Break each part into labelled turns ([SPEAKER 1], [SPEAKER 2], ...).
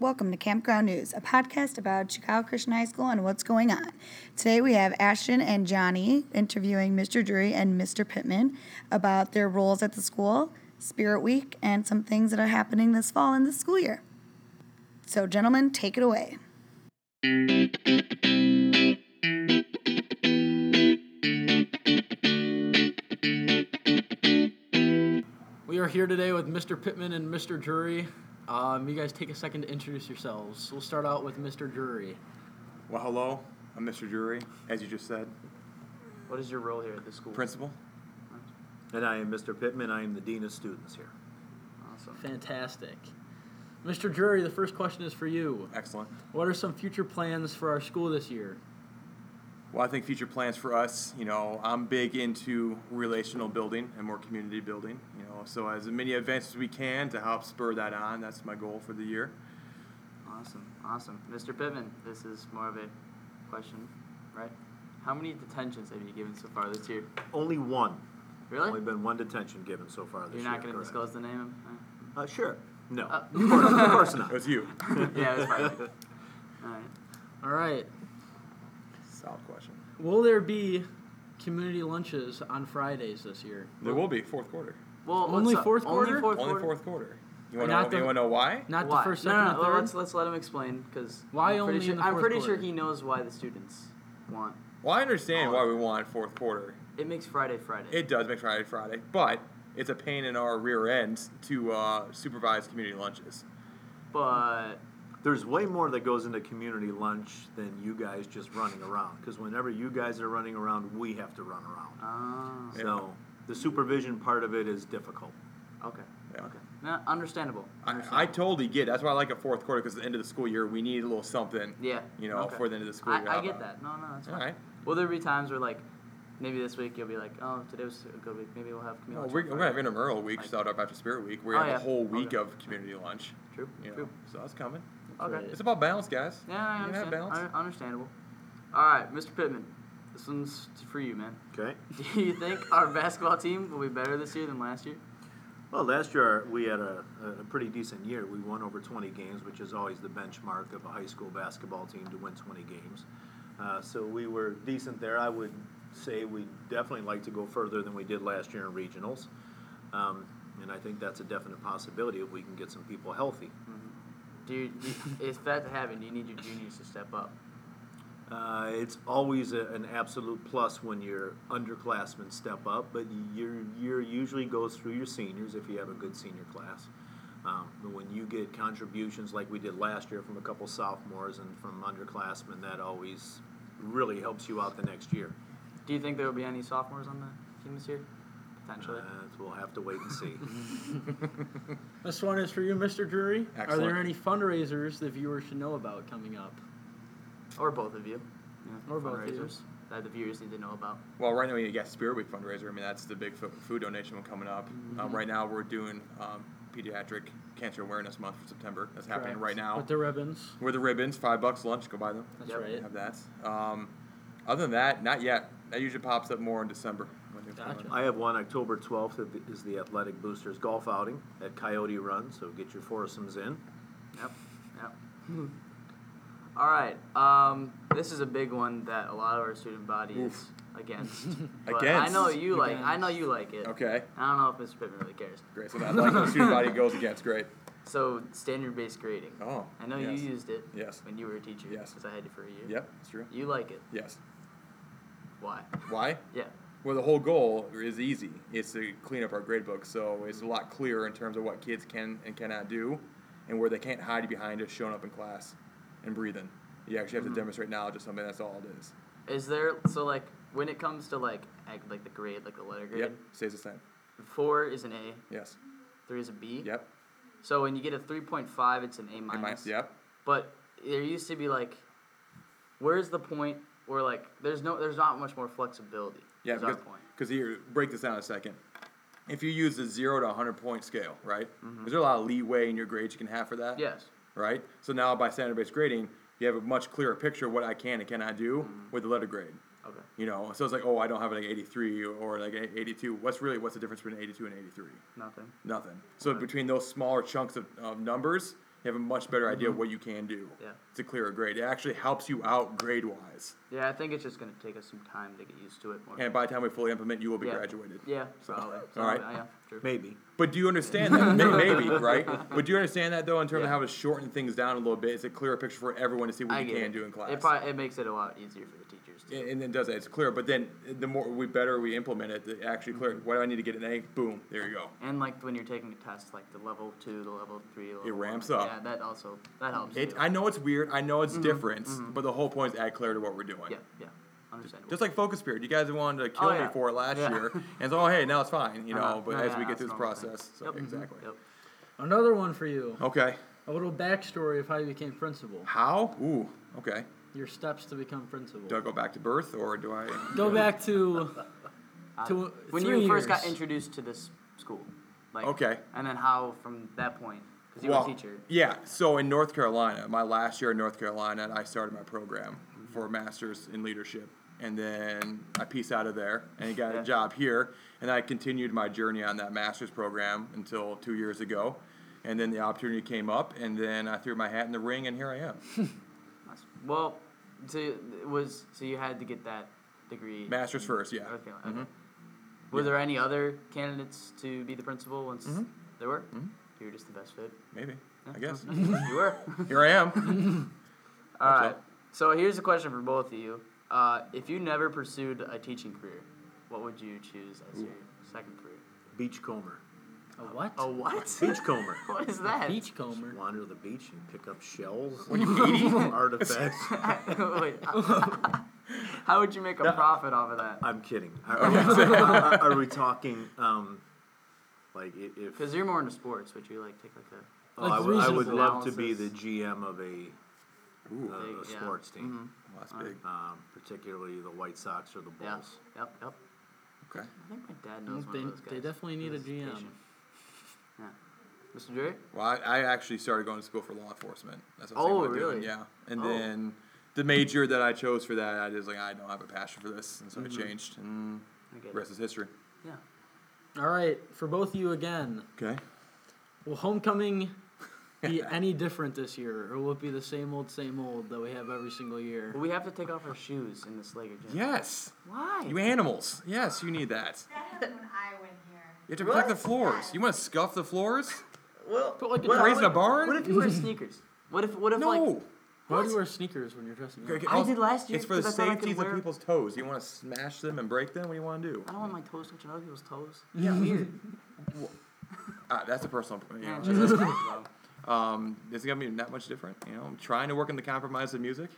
[SPEAKER 1] Welcome to Campground News, a podcast about Chicago Christian High School and what's going on. Today we have Ashton and Johnny interviewing Mr. Drury and Mr. Pittman about their roles at the school, Spirit Week, and some things that are happening this fall in the school year. So, gentlemen, take it away.
[SPEAKER 2] We are here today with Mr. Pittman and Mr. Drury. Um, you guys take a second to introduce yourselves. We'll start out with Mr. Drury.
[SPEAKER 3] Well, hello. I'm Mr. Drury, as you just said,
[SPEAKER 2] What is your role here at the school?
[SPEAKER 3] principal.
[SPEAKER 4] And I am Mr. Pittman. I am the Dean of Students here.
[SPEAKER 2] Awesome. Fantastic. Mr. Drury, the first question is for you.
[SPEAKER 3] Excellent.
[SPEAKER 2] What are some future plans for our school this year?
[SPEAKER 3] Well, I think future plans for us, you know, I'm big into relational building and more community building, you know, so as many events as we can to help spur that on, that's my goal for the year.
[SPEAKER 5] Awesome, awesome. Mr. Pittman, this is more of a question, right? How many detentions have you given so far this year?
[SPEAKER 4] Only one. Only
[SPEAKER 5] Really?
[SPEAKER 4] been one detention given so far this
[SPEAKER 5] You're
[SPEAKER 4] year.
[SPEAKER 5] not going to
[SPEAKER 4] correct.
[SPEAKER 5] disclose the name?
[SPEAKER 4] Uh, sure. No.
[SPEAKER 5] Uh,
[SPEAKER 4] of, course, of course
[SPEAKER 3] It
[SPEAKER 4] not.
[SPEAKER 3] was you.
[SPEAKER 5] Uh, yeah, that's fine. All right.
[SPEAKER 2] All right.
[SPEAKER 3] Solid question.
[SPEAKER 2] Will there be community lunches on Fridays this year?
[SPEAKER 3] There will be fourth quarter.
[SPEAKER 5] Well,
[SPEAKER 2] Only
[SPEAKER 5] what's up-
[SPEAKER 2] fourth quarter?
[SPEAKER 5] Only fourth
[SPEAKER 3] Only
[SPEAKER 5] quarter.
[SPEAKER 3] fourth quarter. You want to
[SPEAKER 2] Not
[SPEAKER 3] know, you
[SPEAKER 2] the-
[SPEAKER 3] wanna know why?
[SPEAKER 2] Not
[SPEAKER 5] Why?
[SPEAKER 2] the first,
[SPEAKER 5] no,
[SPEAKER 2] second,
[SPEAKER 5] no,
[SPEAKER 2] and
[SPEAKER 5] no,
[SPEAKER 2] third.
[SPEAKER 5] Let's let's let him explain because
[SPEAKER 2] Why
[SPEAKER 5] I'm
[SPEAKER 2] only
[SPEAKER 5] pretty, sure,
[SPEAKER 2] in the
[SPEAKER 5] I'm
[SPEAKER 2] fourth
[SPEAKER 5] pretty
[SPEAKER 2] quarter?
[SPEAKER 5] sure he knows why the students want.
[SPEAKER 3] Well, I understand
[SPEAKER 5] Oh.
[SPEAKER 3] why we want fourth quarter.
[SPEAKER 5] It makes Friday Friday.
[SPEAKER 3] It does make Friday Friday, but it's a pain in our rear end to uh, supervise community lunches.
[SPEAKER 5] but
[SPEAKER 4] There's way more that goes into community lunch than you guys just running around. Because whenever you guys are running around, we have to run around.
[SPEAKER 5] ah,
[SPEAKER 4] So the supervision part of it is difficult.
[SPEAKER 5] okay,
[SPEAKER 3] Yeah.
[SPEAKER 5] okay. No, understandable.
[SPEAKER 3] I, I totally get. it. That's why I like a fourth quarter because at the end of the school year, we need a little something.
[SPEAKER 5] Yeah.
[SPEAKER 3] You know,
[SPEAKER 5] okay.
[SPEAKER 3] for the end of the school year.
[SPEAKER 5] I, I
[SPEAKER 3] how
[SPEAKER 5] get
[SPEAKER 3] about-
[SPEAKER 5] that. No, no, that's
[SPEAKER 3] All
[SPEAKER 5] fine.
[SPEAKER 3] right.
[SPEAKER 5] Will there be times where like maybe this week you'll be like, oh, today was a good week. Maybe we'll have community.
[SPEAKER 3] Well,
[SPEAKER 5] lunch
[SPEAKER 3] we're,
[SPEAKER 5] on
[SPEAKER 3] Oh, we're gonna have
[SPEAKER 5] Friday."
[SPEAKER 3] intramural week,
[SPEAKER 5] Like-
[SPEAKER 3] shout out after Spirit Week. We're
[SPEAKER 5] Oh,
[SPEAKER 3] gonna have
[SPEAKER 5] yeah.
[SPEAKER 3] a whole week
[SPEAKER 5] Okay.
[SPEAKER 3] of community lunch.
[SPEAKER 5] True.
[SPEAKER 3] You know,
[SPEAKER 5] True.
[SPEAKER 3] so that's coming.
[SPEAKER 5] Okay.
[SPEAKER 3] It's about balance, guys.
[SPEAKER 5] Yeah, I
[SPEAKER 3] you gotta have
[SPEAKER 5] understand.
[SPEAKER 3] balance.
[SPEAKER 5] Un- understandable. All right, Mr. Pittman, this one's for you, man.
[SPEAKER 4] Okay.
[SPEAKER 5] Do you think our basketball team will be better this year than last year?
[SPEAKER 4] Well, last year we had a, a pretty decent year. We won over 20 games, which is always the benchmark of a high school basketball team to win 20 games. Uh, so we were decent there. I would say we definitely like to go further than we did last year in regionals. Um, and I think that's a definite possibility if we can get some people healthy.
[SPEAKER 5] Do you, do you- if that to happen, do you need your juniors to step up?
[SPEAKER 4] Uh, it's always a, an absolute plus when your underclassmen step up, but your year usually goes through your seniors if you have a good senior class. Um, but when you get contributions like we did last year from a couple sophomores and from underclassmen, that always really helps you out the next year.
[SPEAKER 5] Do you think there will be any sophomores on the team this year? Potentially.
[SPEAKER 4] Uh, we'll have to wait and see.
[SPEAKER 2] This one is for you, Mr. Drury. Are there
[SPEAKER 3] Excellent.
[SPEAKER 2] any fundraisers the viewers should know about coming up?
[SPEAKER 5] or both of you. Yeah,
[SPEAKER 2] Or both of you.
[SPEAKER 5] fundraisers That the viewers need to know about.
[SPEAKER 3] Well, right now we got Spirit Week fundraiser. I mean, that's the big fo- food donation one coming up.
[SPEAKER 5] Mm-hmm.
[SPEAKER 3] Um, right now we're doing um, pediatric cancer awareness month for September. That's happening
[SPEAKER 2] Correct.
[SPEAKER 3] right now.
[SPEAKER 2] With the ribbons.
[SPEAKER 3] We're the ribbons, five bucks lunch. Go buy them.
[SPEAKER 2] That's
[SPEAKER 5] Yep.
[SPEAKER 2] right.
[SPEAKER 3] Have that. Um, other than that, not yet. That usually pops up more in December. when they come
[SPEAKER 2] Gotcha.
[SPEAKER 3] in.
[SPEAKER 4] I have one October 12th of the- is the Athletic Boosters golf outing at Coyote Run, so get your foursomes in.
[SPEAKER 5] Yep. Yep. All right. Um, this is a big one that a lot of our student body is against. but I know
[SPEAKER 3] Against.
[SPEAKER 5] you like. I know you like it.
[SPEAKER 3] Okay.
[SPEAKER 5] I don't know if Mr. Pittman really cares.
[SPEAKER 3] Great. So that like the student body goes against. Great.
[SPEAKER 5] So standard-based grading.
[SPEAKER 3] Oh.
[SPEAKER 5] I know
[SPEAKER 3] yes.
[SPEAKER 5] you used it.
[SPEAKER 3] Yes.
[SPEAKER 5] When you were a teacher.
[SPEAKER 3] Yes.
[SPEAKER 5] Because I had you for a year.
[SPEAKER 3] Yep. That's true.
[SPEAKER 5] You like it.
[SPEAKER 3] Yes.
[SPEAKER 5] Why?
[SPEAKER 3] Why?
[SPEAKER 5] Yeah.
[SPEAKER 3] Well, the whole goal is easy. It's to clean up our grade book, so it's a lot clearer in terms of what kids can and cannot do, and where they can't hide behind just showing up in class and breathing. You actually
[SPEAKER 5] Mm-hmm.
[SPEAKER 3] have to demonstrate knowledge of something. That's all it is.
[SPEAKER 5] Is there so like when it comes to like ag- like the grade like the letter grade
[SPEAKER 3] Yep. Stays the same.
[SPEAKER 5] four is an A
[SPEAKER 3] Yes.
[SPEAKER 5] three is a B
[SPEAKER 3] Yep.
[SPEAKER 5] so when you get a three point five it's an A
[SPEAKER 3] And
[SPEAKER 5] minus
[SPEAKER 3] mi- Yep.
[SPEAKER 5] But there used to be like, where's the point where like there's no there's not much more flexibility.
[SPEAKER 3] Yeah,
[SPEAKER 5] is our
[SPEAKER 3] because
[SPEAKER 5] point.
[SPEAKER 3] because here, break this down a second. If you use a zero to 100 point scale, right?
[SPEAKER 5] Mm-hmm.
[SPEAKER 3] Is there a lot of leeway in your grades you can have for that?
[SPEAKER 5] Yes.
[SPEAKER 3] Right? So now by standard based grading, you have a much clearer picture of what I can and cannot do
[SPEAKER 5] Mm-hmm.
[SPEAKER 3] with the letter grade.
[SPEAKER 5] Okay.
[SPEAKER 3] You know, so it's like, oh, I don't have like 83 or like a- 82. What's really, what's the difference between 82 and 83?
[SPEAKER 5] Nothing.
[SPEAKER 3] Nothing. So between those smaller chunks of, of numbers, you have a much better idea of what you can do
[SPEAKER 5] Mm-hmm. Yeah.
[SPEAKER 3] to clear a grade. It actually helps you out grade wise.
[SPEAKER 5] Yeah, I think it's just going to take us some time to get used to it more.
[SPEAKER 3] And by the time we fully implement, you will be
[SPEAKER 5] yeah.
[SPEAKER 3] graduated.
[SPEAKER 5] Yeah, probably. So,
[SPEAKER 3] All right.
[SPEAKER 5] Yeah, true.
[SPEAKER 4] Maybe.
[SPEAKER 3] But do you understand that? May- Maybe, right? But do you understand that though, in terms of how to shorten things down a little bit? It's a clearer picture for everyone to see what
[SPEAKER 5] I
[SPEAKER 3] you
[SPEAKER 5] get
[SPEAKER 3] can
[SPEAKER 5] it.
[SPEAKER 3] do in class.
[SPEAKER 5] It, probably, it makes it a lot easier for the teachers. Too.
[SPEAKER 3] and, and it does that. It's clear. But then the more we better we implement it, the actually clear.
[SPEAKER 5] Mm-hmm.
[SPEAKER 3] Why do I need to get an A? Boom, there you go.
[SPEAKER 5] And like when you're taking a test, like the level two, the level three, level
[SPEAKER 3] It
[SPEAKER 5] one,
[SPEAKER 3] ramps
[SPEAKER 5] like,
[SPEAKER 3] up.
[SPEAKER 5] Yeah, that also that helps.
[SPEAKER 3] It,
[SPEAKER 5] too.
[SPEAKER 3] I know it's weird. I know it's different. But the whole point is add clarity to what we're doing.
[SPEAKER 5] Mm-hmm. yeah, yeah, understandable.
[SPEAKER 3] Just like focus period, you guys wanted to kill
[SPEAKER 5] Oh, yeah.
[SPEAKER 3] me for it last
[SPEAKER 5] Yeah.
[SPEAKER 3] year, and so oh hey, now it's fine, you know.
[SPEAKER 5] Uh-huh.
[SPEAKER 3] But
[SPEAKER 5] No,
[SPEAKER 3] as
[SPEAKER 5] yeah,
[SPEAKER 3] we get
[SPEAKER 5] that's
[SPEAKER 3] through this
[SPEAKER 5] a normal thing.
[SPEAKER 3] process, so
[SPEAKER 5] Yep, mhm,
[SPEAKER 3] exactly.
[SPEAKER 5] Yep.
[SPEAKER 2] Another one for you.
[SPEAKER 3] Okay,
[SPEAKER 2] A little backstory of how you became principal.
[SPEAKER 3] how? Ooh, okay.
[SPEAKER 2] Your steps to become principal.
[SPEAKER 3] Do I go back to birth, or do I?
[SPEAKER 2] Go back to
[SPEAKER 5] Uh,
[SPEAKER 2] to
[SPEAKER 5] when
[SPEAKER 2] three
[SPEAKER 5] you first got
[SPEAKER 2] years.
[SPEAKER 5] introduced to this school, like
[SPEAKER 3] Okay.
[SPEAKER 5] and then how from that point because you
[SPEAKER 3] Well,
[SPEAKER 5] were a teacher.
[SPEAKER 3] Yeah. So in North Carolina, my last year in North Carolina, I started my program
[SPEAKER 5] Mm-hmm.
[SPEAKER 3] for a master's in leadership, and then I pieced out of there and got
[SPEAKER 5] Yeah.
[SPEAKER 3] a job here, and I continued my journey on that master's program until two years ago, and then the opportunity came up, and then I threw my hat in the ring, and here I am,
[SPEAKER 5] Nice. Well, so it was so you had to get that degree.
[SPEAKER 3] master's first, yeah.
[SPEAKER 5] Okay. okay. Were there any other candidates to be the principal once there were? You were just the best fit.
[SPEAKER 3] Maybe. I guess.
[SPEAKER 5] you were.
[SPEAKER 3] Here I am.
[SPEAKER 5] All
[SPEAKER 3] Hope so.
[SPEAKER 5] right. So here's a question for both of you. Uh, if you never pursued a teaching career, what would you choose as your second career?
[SPEAKER 4] Beachcomber.
[SPEAKER 2] A what?
[SPEAKER 5] Oh, what?
[SPEAKER 4] Beachcomber.
[SPEAKER 5] what is that?
[SPEAKER 2] Beachcomber.
[SPEAKER 4] Wander to the beach and pick up shells, and artifacts.
[SPEAKER 5] Wait, how would you make a profit off of that?
[SPEAKER 4] I'm kidding. Are, are we, are- are we talking um, like i- if?
[SPEAKER 5] Because you're more into sports, would you like take like a
[SPEAKER 4] oh, I, would, I would
[SPEAKER 2] reasonable
[SPEAKER 4] love to be the
[SPEAKER 5] analysis.
[SPEAKER 4] GM of
[SPEAKER 3] Ooh,
[SPEAKER 4] a, a, a
[SPEAKER 5] Big, yeah. Mm-hmm.
[SPEAKER 4] sports team,
[SPEAKER 3] well, that's big.
[SPEAKER 4] um, particularly the White Sox or the Bulls.
[SPEAKER 5] yeah, yep, yep.
[SPEAKER 3] Okay.
[SPEAKER 5] I think my dad knows one
[SPEAKER 2] They-
[SPEAKER 5] of those guys.
[SPEAKER 2] they definitely need a
[SPEAKER 5] He's
[SPEAKER 2] GM.
[SPEAKER 5] patient. Yeah. Mr. Drury?
[SPEAKER 3] Well, I, I actually started going to school for law enforcement. That's what I was
[SPEAKER 5] Oh,
[SPEAKER 3] thinking about doing,
[SPEAKER 5] really?
[SPEAKER 3] Yeah. And
[SPEAKER 5] Oh.
[SPEAKER 3] then the major that I chose for that, I just like I don't have a passion for this, and so
[SPEAKER 5] Mm-hmm.
[SPEAKER 3] I changed. And
[SPEAKER 5] I get
[SPEAKER 3] the
[SPEAKER 5] it.
[SPEAKER 3] rest is history.
[SPEAKER 5] Yeah.
[SPEAKER 2] All right, for both of you again.
[SPEAKER 3] Okay.
[SPEAKER 2] Will homecoming be any different this year, or will it be the same old, same old that we have every single year?
[SPEAKER 5] Well, we have to take off our shoes in this Laker gym.
[SPEAKER 3] Yes.
[SPEAKER 5] Why?
[SPEAKER 3] You animals. Yes, you need that.
[SPEAKER 6] That happened when I went here.
[SPEAKER 3] You have to protect the floors. You want to scuff the floors?
[SPEAKER 5] well,
[SPEAKER 2] Put like a
[SPEAKER 5] what-
[SPEAKER 2] towel-
[SPEAKER 3] Raising a barn?
[SPEAKER 5] What if you wear sneakers? What if what if
[SPEAKER 3] no.
[SPEAKER 5] like
[SPEAKER 2] Why do you wear sneakers when you're dressing up?
[SPEAKER 3] Okay,
[SPEAKER 5] I did last year
[SPEAKER 3] It's for the
[SPEAKER 5] 'cause I thought I could
[SPEAKER 3] safety of
[SPEAKER 5] wear-
[SPEAKER 3] people's toes. You want to smash them and break them? What do you want to do?
[SPEAKER 5] I don't want my toes touching other people's toes.
[SPEAKER 3] Yeah. Weird. Ah, that's a personal. You know,
[SPEAKER 5] Yeah,
[SPEAKER 3] that's-
[SPEAKER 5] Jesus Christ, bro.
[SPEAKER 3] Um, it's gonna be not much different, you know. I'm trying to work in the compromise of music,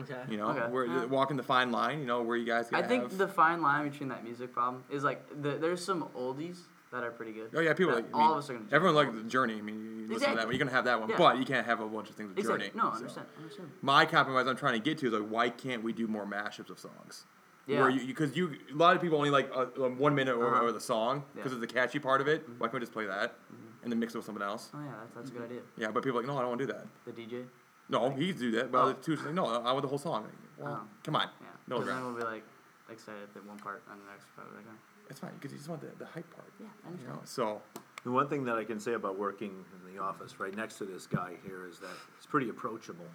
[SPEAKER 2] Okay.
[SPEAKER 3] you know.
[SPEAKER 5] Okay.
[SPEAKER 3] We're
[SPEAKER 5] Yeah.
[SPEAKER 3] walking the fine line, you know, where you guys.
[SPEAKER 5] I
[SPEAKER 3] gotta
[SPEAKER 5] think
[SPEAKER 3] have-
[SPEAKER 5] the fine line between that music problem is like the, there's some oldies that are pretty good.
[SPEAKER 3] Oh yeah, people.
[SPEAKER 5] that
[SPEAKER 3] Like, I
[SPEAKER 5] all
[SPEAKER 3] mean,
[SPEAKER 5] of us are gonna.
[SPEAKER 3] Everyone likes the journey. I mean, you listen to that
[SPEAKER 5] Exactly.
[SPEAKER 3] one. You're gonna have that one,
[SPEAKER 5] Yeah.
[SPEAKER 3] but you can't have a bunch of things with
[SPEAKER 5] Exactly.
[SPEAKER 3] journey.
[SPEAKER 5] No,
[SPEAKER 3] so.
[SPEAKER 5] I understand. I understand.
[SPEAKER 3] My compromise I'm trying to get to is like, why can't we do more mashups of songs?
[SPEAKER 5] Yeah.
[SPEAKER 3] Where you because you, a lot of people only like uh, um, one minute over,
[SPEAKER 5] Uh-huh.
[SPEAKER 3] over the song because
[SPEAKER 5] Yeah. Mm-hmm.
[SPEAKER 3] of the catchy part of it. Why can't we just play that and then mix it with something else?
[SPEAKER 5] Oh yeah, that's, that's a good idea.
[SPEAKER 3] Yeah, but people are like, no, I don't want to do that.
[SPEAKER 5] The DJ.
[SPEAKER 3] No, he can do that. But
[SPEAKER 5] Oh.
[SPEAKER 3] other two like, no, I want the whole song. Well,
[SPEAKER 5] Oh.
[SPEAKER 3] come on,
[SPEAKER 5] Yeah.
[SPEAKER 3] no,
[SPEAKER 5] Because
[SPEAKER 3] Grant.
[SPEAKER 5] then we'll be like excited at the one part and the next part. Like, oh,
[SPEAKER 3] It's fine because you just want the, the hype part.
[SPEAKER 5] yeah, I
[SPEAKER 3] You
[SPEAKER 5] understand.
[SPEAKER 3] know, so
[SPEAKER 4] The one thing that I can say about working in the office right next to this guy here is that it's pretty approachable.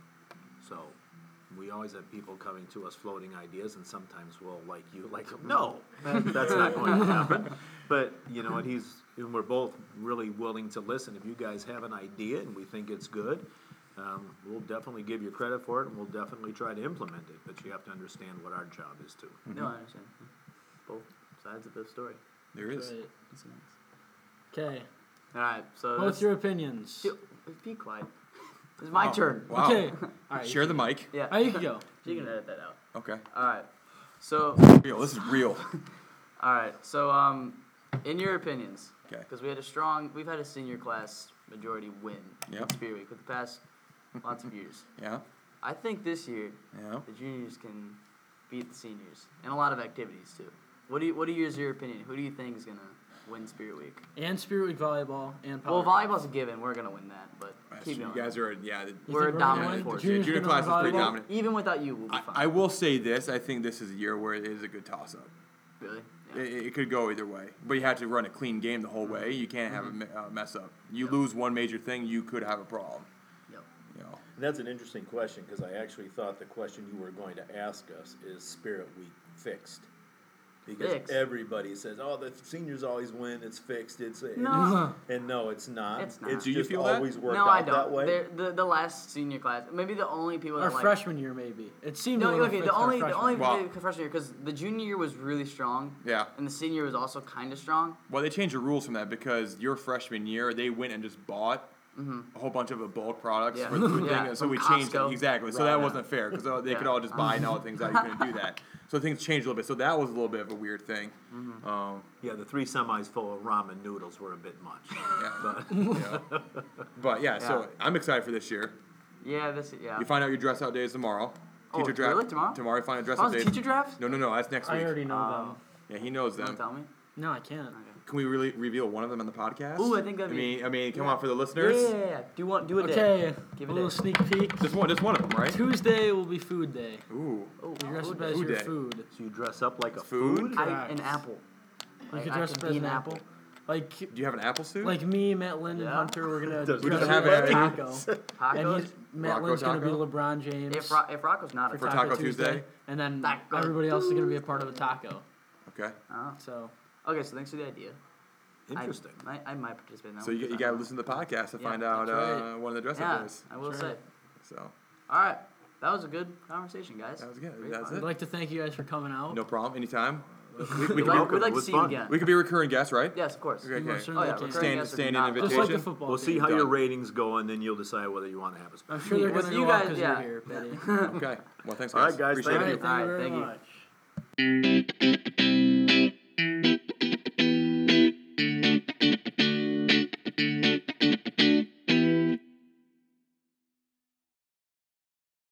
[SPEAKER 4] So we always have people coming to us floating ideas, and sometimes we'll like you, like no, that's not going to happen. But you know, and he's and we're both really willing to listen. If you guys have an idea and we think it's good, um, we'll definitely give you credit for it, and we'll definitely try to implement it. But you have to understand what our job is too.
[SPEAKER 5] No, I understand. Yeah. Both sides of the story.
[SPEAKER 3] there is.
[SPEAKER 5] That's nice.
[SPEAKER 2] Okay.
[SPEAKER 5] All right.
[SPEAKER 3] Uh,
[SPEAKER 5] So
[SPEAKER 2] What's
[SPEAKER 5] that's-
[SPEAKER 2] your opinions?
[SPEAKER 5] Yo, Be quiet. It's my
[SPEAKER 3] Wow.
[SPEAKER 5] turn.
[SPEAKER 3] Wow.
[SPEAKER 2] Okay. All right.
[SPEAKER 3] Share the mic.
[SPEAKER 5] Yeah.
[SPEAKER 2] All right, you can go.
[SPEAKER 5] You can edit that out.
[SPEAKER 3] Okay.
[SPEAKER 5] All right. So,
[SPEAKER 3] Real. This is real.
[SPEAKER 5] all right. So, um, in your opinions,
[SPEAKER 3] 'Kay.
[SPEAKER 5] because we had a strong, we've had a senior class majority win in
[SPEAKER 3] Yep.
[SPEAKER 5] Spirit Week for the past lots of years.
[SPEAKER 3] Yeah.
[SPEAKER 5] I think this year
[SPEAKER 3] Yeah.
[SPEAKER 5] the juniors can beat the seniors in a lot of activities too. What do you, what are yours your opinion? Who do you think is gonna win Spirit Week?
[SPEAKER 2] And Spirit Week volleyball and power.
[SPEAKER 5] Well, volleyball's a given. We're gonna win that, but
[SPEAKER 3] That's
[SPEAKER 5] keep
[SPEAKER 3] true.
[SPEAKER 5] going.
[SPEAKER 3] you guys are yeah. the-
[SPEAKER 2] You
[SPEAKER 5] We're
[SPEAKER 2] think gonna
[SPEAKER 5] a dominant
[SPEAKER 2] win?
[SPEAKER 5] force.
[SPEAKER 2] The juniors
[SPEAKER 3] Junior
[SPEAKER 2] gonna
[SPEAKER 3] class
[SPEAKER 2] win
[SPEAKER 3] is pretty
[SPEAKER 2] volleyball?
[SPEAKER 3] dominant.
[SPEAKER 5] Even without you, we'll be
[SPEAKER 3] I,
[SPEAKER 5] fine.
[SPEAKER 3] I will say this. I think this is a year where it is a good toss up.
[SPEAKER 5] really. Yeah.
[SPEAKER 3] It, it could go either way, but you have to run a
[SPEAKER 5] Mm-hmm.
[SPEAKER 3] clean game the whole way. You can't have a me- uh, mess up. You lose one major thing, you could have a problem. now.
[SPEAKER 4] And that's an interesting question because I actually thought the question you were going to ask us is Spirit Week fixed. Because
[SPEAKER 5] Fixed?
[SPEAKER 4] everybody says, "Oh, the seniors always win. It's fixed. It's it."
[SPEAKER 5] No.
[SPEAKER 4] and no, it's not.
[SPEAKER 5] It's not.
[SPEAKER 3] Do you
[SPEAKER 4] just
[SPEAKER 3] feel that?
[SPEAKER 4] always worked
[SPEAKER 5] no,
[SPEAKER 4] out
[SPEAKER 5] I don't.
[SPEAKER 4] that way.
[SPEAKER 5] They're- The, the last senior class, maybe the only people
[SPEAKER 2] Our
[SPEAKER 5] that like
[SPEAKER 2] freshman year, maybe. It seemed
[SPEAKER 5] No,
[SPEAKER 2] a little
[SPEAKER 5] okay. The
[SPEAKER 2] fixed our
[SPEAKER 5] only, the
[SPEAKER 2] freshman
[SPEAKER 5] only
[SPEAKER 2] year.
[SPEAKER 3] Wow.
[SPEAKER 5] the freshman year because the junior year was really strong.
[SPEAKER 3] Yeah.
[SPEAKER 5] And the senior was also kind of strong.
[SPEAKER 3] Well, they changed the rules from that because your freshman year they went and just bought a whole bunch of uh, bulk products
[SPEAKER 5] Mm-hmm. Yeah.
[SPEAKER 3] for the food
[SPEAKER 5] Yeah,
[SPEAKER 3] thing, so
[SPEAKER 5] from
[SPEAKER 3] we changed it
[SPEAKER 5] Costco.
[SPEAKER 3] exactly. so
[SPEAKER 4] Right,
[SPEAKER 3] that
[SPEAKER 4] yeah.
[SPEAKER 3] wasn't fair because they could
[SPEAKER 5] Yeah.
[SPEAKER 3] all just buy and all things out. You couldn't do that. So things changed a little bit. So that was a little bit of a weird thing.
[SPEAKER 5] Mm-hmm.
[SPEAKER 3] Um,
[SPEAKER 4] yeah, the three semis full of ramen noodles were a bit much.
[SPEAKER 3] yeah.
[SPEAKER 4] but
[SPEAKER 3] yeah. But yeah,
[SPEAKER 5] Yeah.
[SPEAKER 3] so I'm excited for this year.
[SPEAKER 5] Yeah. This. Yeah.
[SPEAKER 3] You find out your dress out day is tomorrow.
[SPEAKER 5] Oh, really? Tomorrow?
[SPEAKER 3] Tomorrow you find out dress
[SPEAKER 5] Oh,
[SPEAKER 3] out
[SPEAKER 5] it's
[SPEAKER 3] day.
[SPEAKER 5] teacher draft?
[SPEAKER 3] No, no, no. That's next
[SPEAKER 2] I
[SPEAKER 3] week.
[SPEAKER 2] already know
[SPEAKER 5] Oh.
[SPEAKER 2] them.
[SPEAKER 3] Yeah, he knows
[SPEAKER 5] Don't
[SPEAKER 3] them.
[SPEAKER 5] tell me.
[SPEAKER 2] No, I can't.
[SPEAKER 3] Can we really reveal one of them on the podcast?
[SPEAKER 5] Ooh, I think that'd
[SPEAKER 3] I
[SPEAKER 5] be-
[SPEAKER 3] mean, I mean, come on for the
[SPEAKER 5] Yeah,
[SPEAKER 3] listeners.
[SPEAKER 5] yeah, yeah, yeah. Do one. Do a day.
[SPEAKER 2] Okay,
[SPEAKER 5] Give
[SPEAKER 2] a
[SPEAKER 5] it
[SPEAKER 2] little
[SPEAKER 5] a-
[SPEAKER 2] sneak peek.
[SPEAKER 3] Just one, just one of them, right?
[SPEAKER 2] Tuesday will be food day.
[SPEAKER 3] Ooh.
[SPEAKER 5] Oh,
[SPEAKER 2] You dress
[SPEAKER 5] food
[SPEAKER 2] up as
[SPEAKER 5] day.
[SPEAKER 3] Food
[SPEAKER 2] your
[SPEAKER 3] day.
[SPEAKER 2] food.
[SPEAKER 4] so you dress up like a
[SPEAKER 3] Food?
[SPEAKER 4] food.
[SPEAKER 5] I, an apple.
[SPEAKER 2] You
[SPEAKER 5] Like,
[SPEAKER 2] could
[SPEAKER 5] I
[SPEAKER 2] dress
[SPEAKER 5] could
[SPEAKER 2] up
[SPEAKER 5] be
[SPEAKER 2] as
[SPEAKER 5] an
[SPEAKER 2] an
[SPEAKER 5] apple.
[SPEAKER 2] apple. Like
[SPEAKER 3] Do you have an apple suit?
[SPEAKER 2] like me, Matt Lynn, and
[SPEAKER 5] Yeah.
[SPEAKER 2] Hunter, we're gonna dress
[SPEAKER 4] Does-
[SPEAKER 3] We
[SPEAKER 2] up
[SPEAKER 3] don't
[SPEAKER 2] as
[SPEAKER 3] have any.
[SPEAKER 2] Taco. And
[SPEAKER 5] Tacos.
[SPEAKER 2] he's, Matt
[SPEAKER 3] Rocco
[SPEAKER 2] Lynn's gonna be
[SPEAKER 3] Taco?
[SPEAKER 2] LeBron James
[SPEAKER 5] If, Ro- if Rocco's not a
[SPEAKER 3] For
[SPEAKER 5] taco.
[SPEAKER 3] Taco Tuesday?
[SPEAKER 2] and then
[SPEAKER 5] Taco
[SPEAKER 2] everybody else is gonna be a part of a taco.
[SPEAKER 3] okay.
[SPEAKER 5] Oh.
[SPEAKER 2] So
[SPEAKER 5] Okay, so thanks for the idea. I-
[SPEAKER 4] Interesting.
[SPEAKER 5] I, I, might participate in that.
[SPEAKER 3] So
[SPEAKER 5] one.
[SPEAKER 3] you, you gotta listen to the podcast to
[SPEAKER 5] Yeah,
[SPEAKER 3] find out
[SPEAKER 2] that's right.
[SPEAKER 3] uh, one of the dress up
[SPEAKER 5] Yeah,
[SPEAKER 3] days.
[SPEAKER 5] I will
[SPEAKER 2] That's
[SPEAKER 5] say.
[SPEAKER 2] right.
[SPEAKER 3] So
[SPEAKER 5] All right, that was a good conversation, guys.
[SPEAKER 3] that was good.
[SPEAKER 5] Great
[SPEAKER 3] That's
[SPEAKER 5] fun.
[SPEAKER 2] I'd like to thank you guys for coming out.
[SPEAKER 3] it. No problem. Anytime. We, we,
[SPEAKER 5] We'd
[SPEAKER 3] can,
[SPEAKER 5] like,
[SPEAKER 3] be,
[SPEAKER 5] we'd like
[SPEAKER 4] It
[SPEAKER 5] to
[SPEAKER 4] was
[SPEAKER 5] see
[SPEAKER 4] fun.
[SPEAKER 5] you again.
[SPEAKER 3] we can be a recurring guest, right?
[SPEAKER 5] Yes, of course.
[SPEAKER 3] Okay,
[SPEAKER 2] You most
[SPEAKER 3] okay.
[SPEAKER 5] Oh
[SPEAKER 2] certainly
[SPEAKER 5] yeah,
[SPEAKER 2] can.
[SPEAKER 5] recurring
[SPEAKER 3] Stand-
[SPEAKER 5] guests are
[SPEAKER 3] standing
[SPEAKER 5] not-
[SPEAKER 2] Just
[SPEAKER 3] invitation.
[SPEAKER 2] like the
[SPEAKER 3] Vacation.
[SPEAKER 2] football.
[SPEAKER 4] We'll see
[SPEAKER 2] team.
[SPEAKER 4] how your
[SPEAKER 3] Done.
[SPEAKER 4] ratings go, and then you'll decide whether you want to have us.
[SPEAKER 2] I'm sure they're
[SPEAKER 5] With
[SPEAKER 2] gonna
[SPEAKER 5] you
[SPEAKER 2] go out
[SPEAKER 5] guys,
[SPEAKER 2] because
[SPEAKER 5] yeah.
[SPEAKER 2] you're here, Betty.
[SPEAKER 3] Okay. Well, thanks, guys.
[SPEAKER 4] All right, guys,
[SPEAKER 3] Appreciate
[SPEAKER 4] thank
[SPEAKER 3] it.
[SPEAKER 4] you.
[SPEAKER 5] All right, thank you.
[SPEAKER 2] much.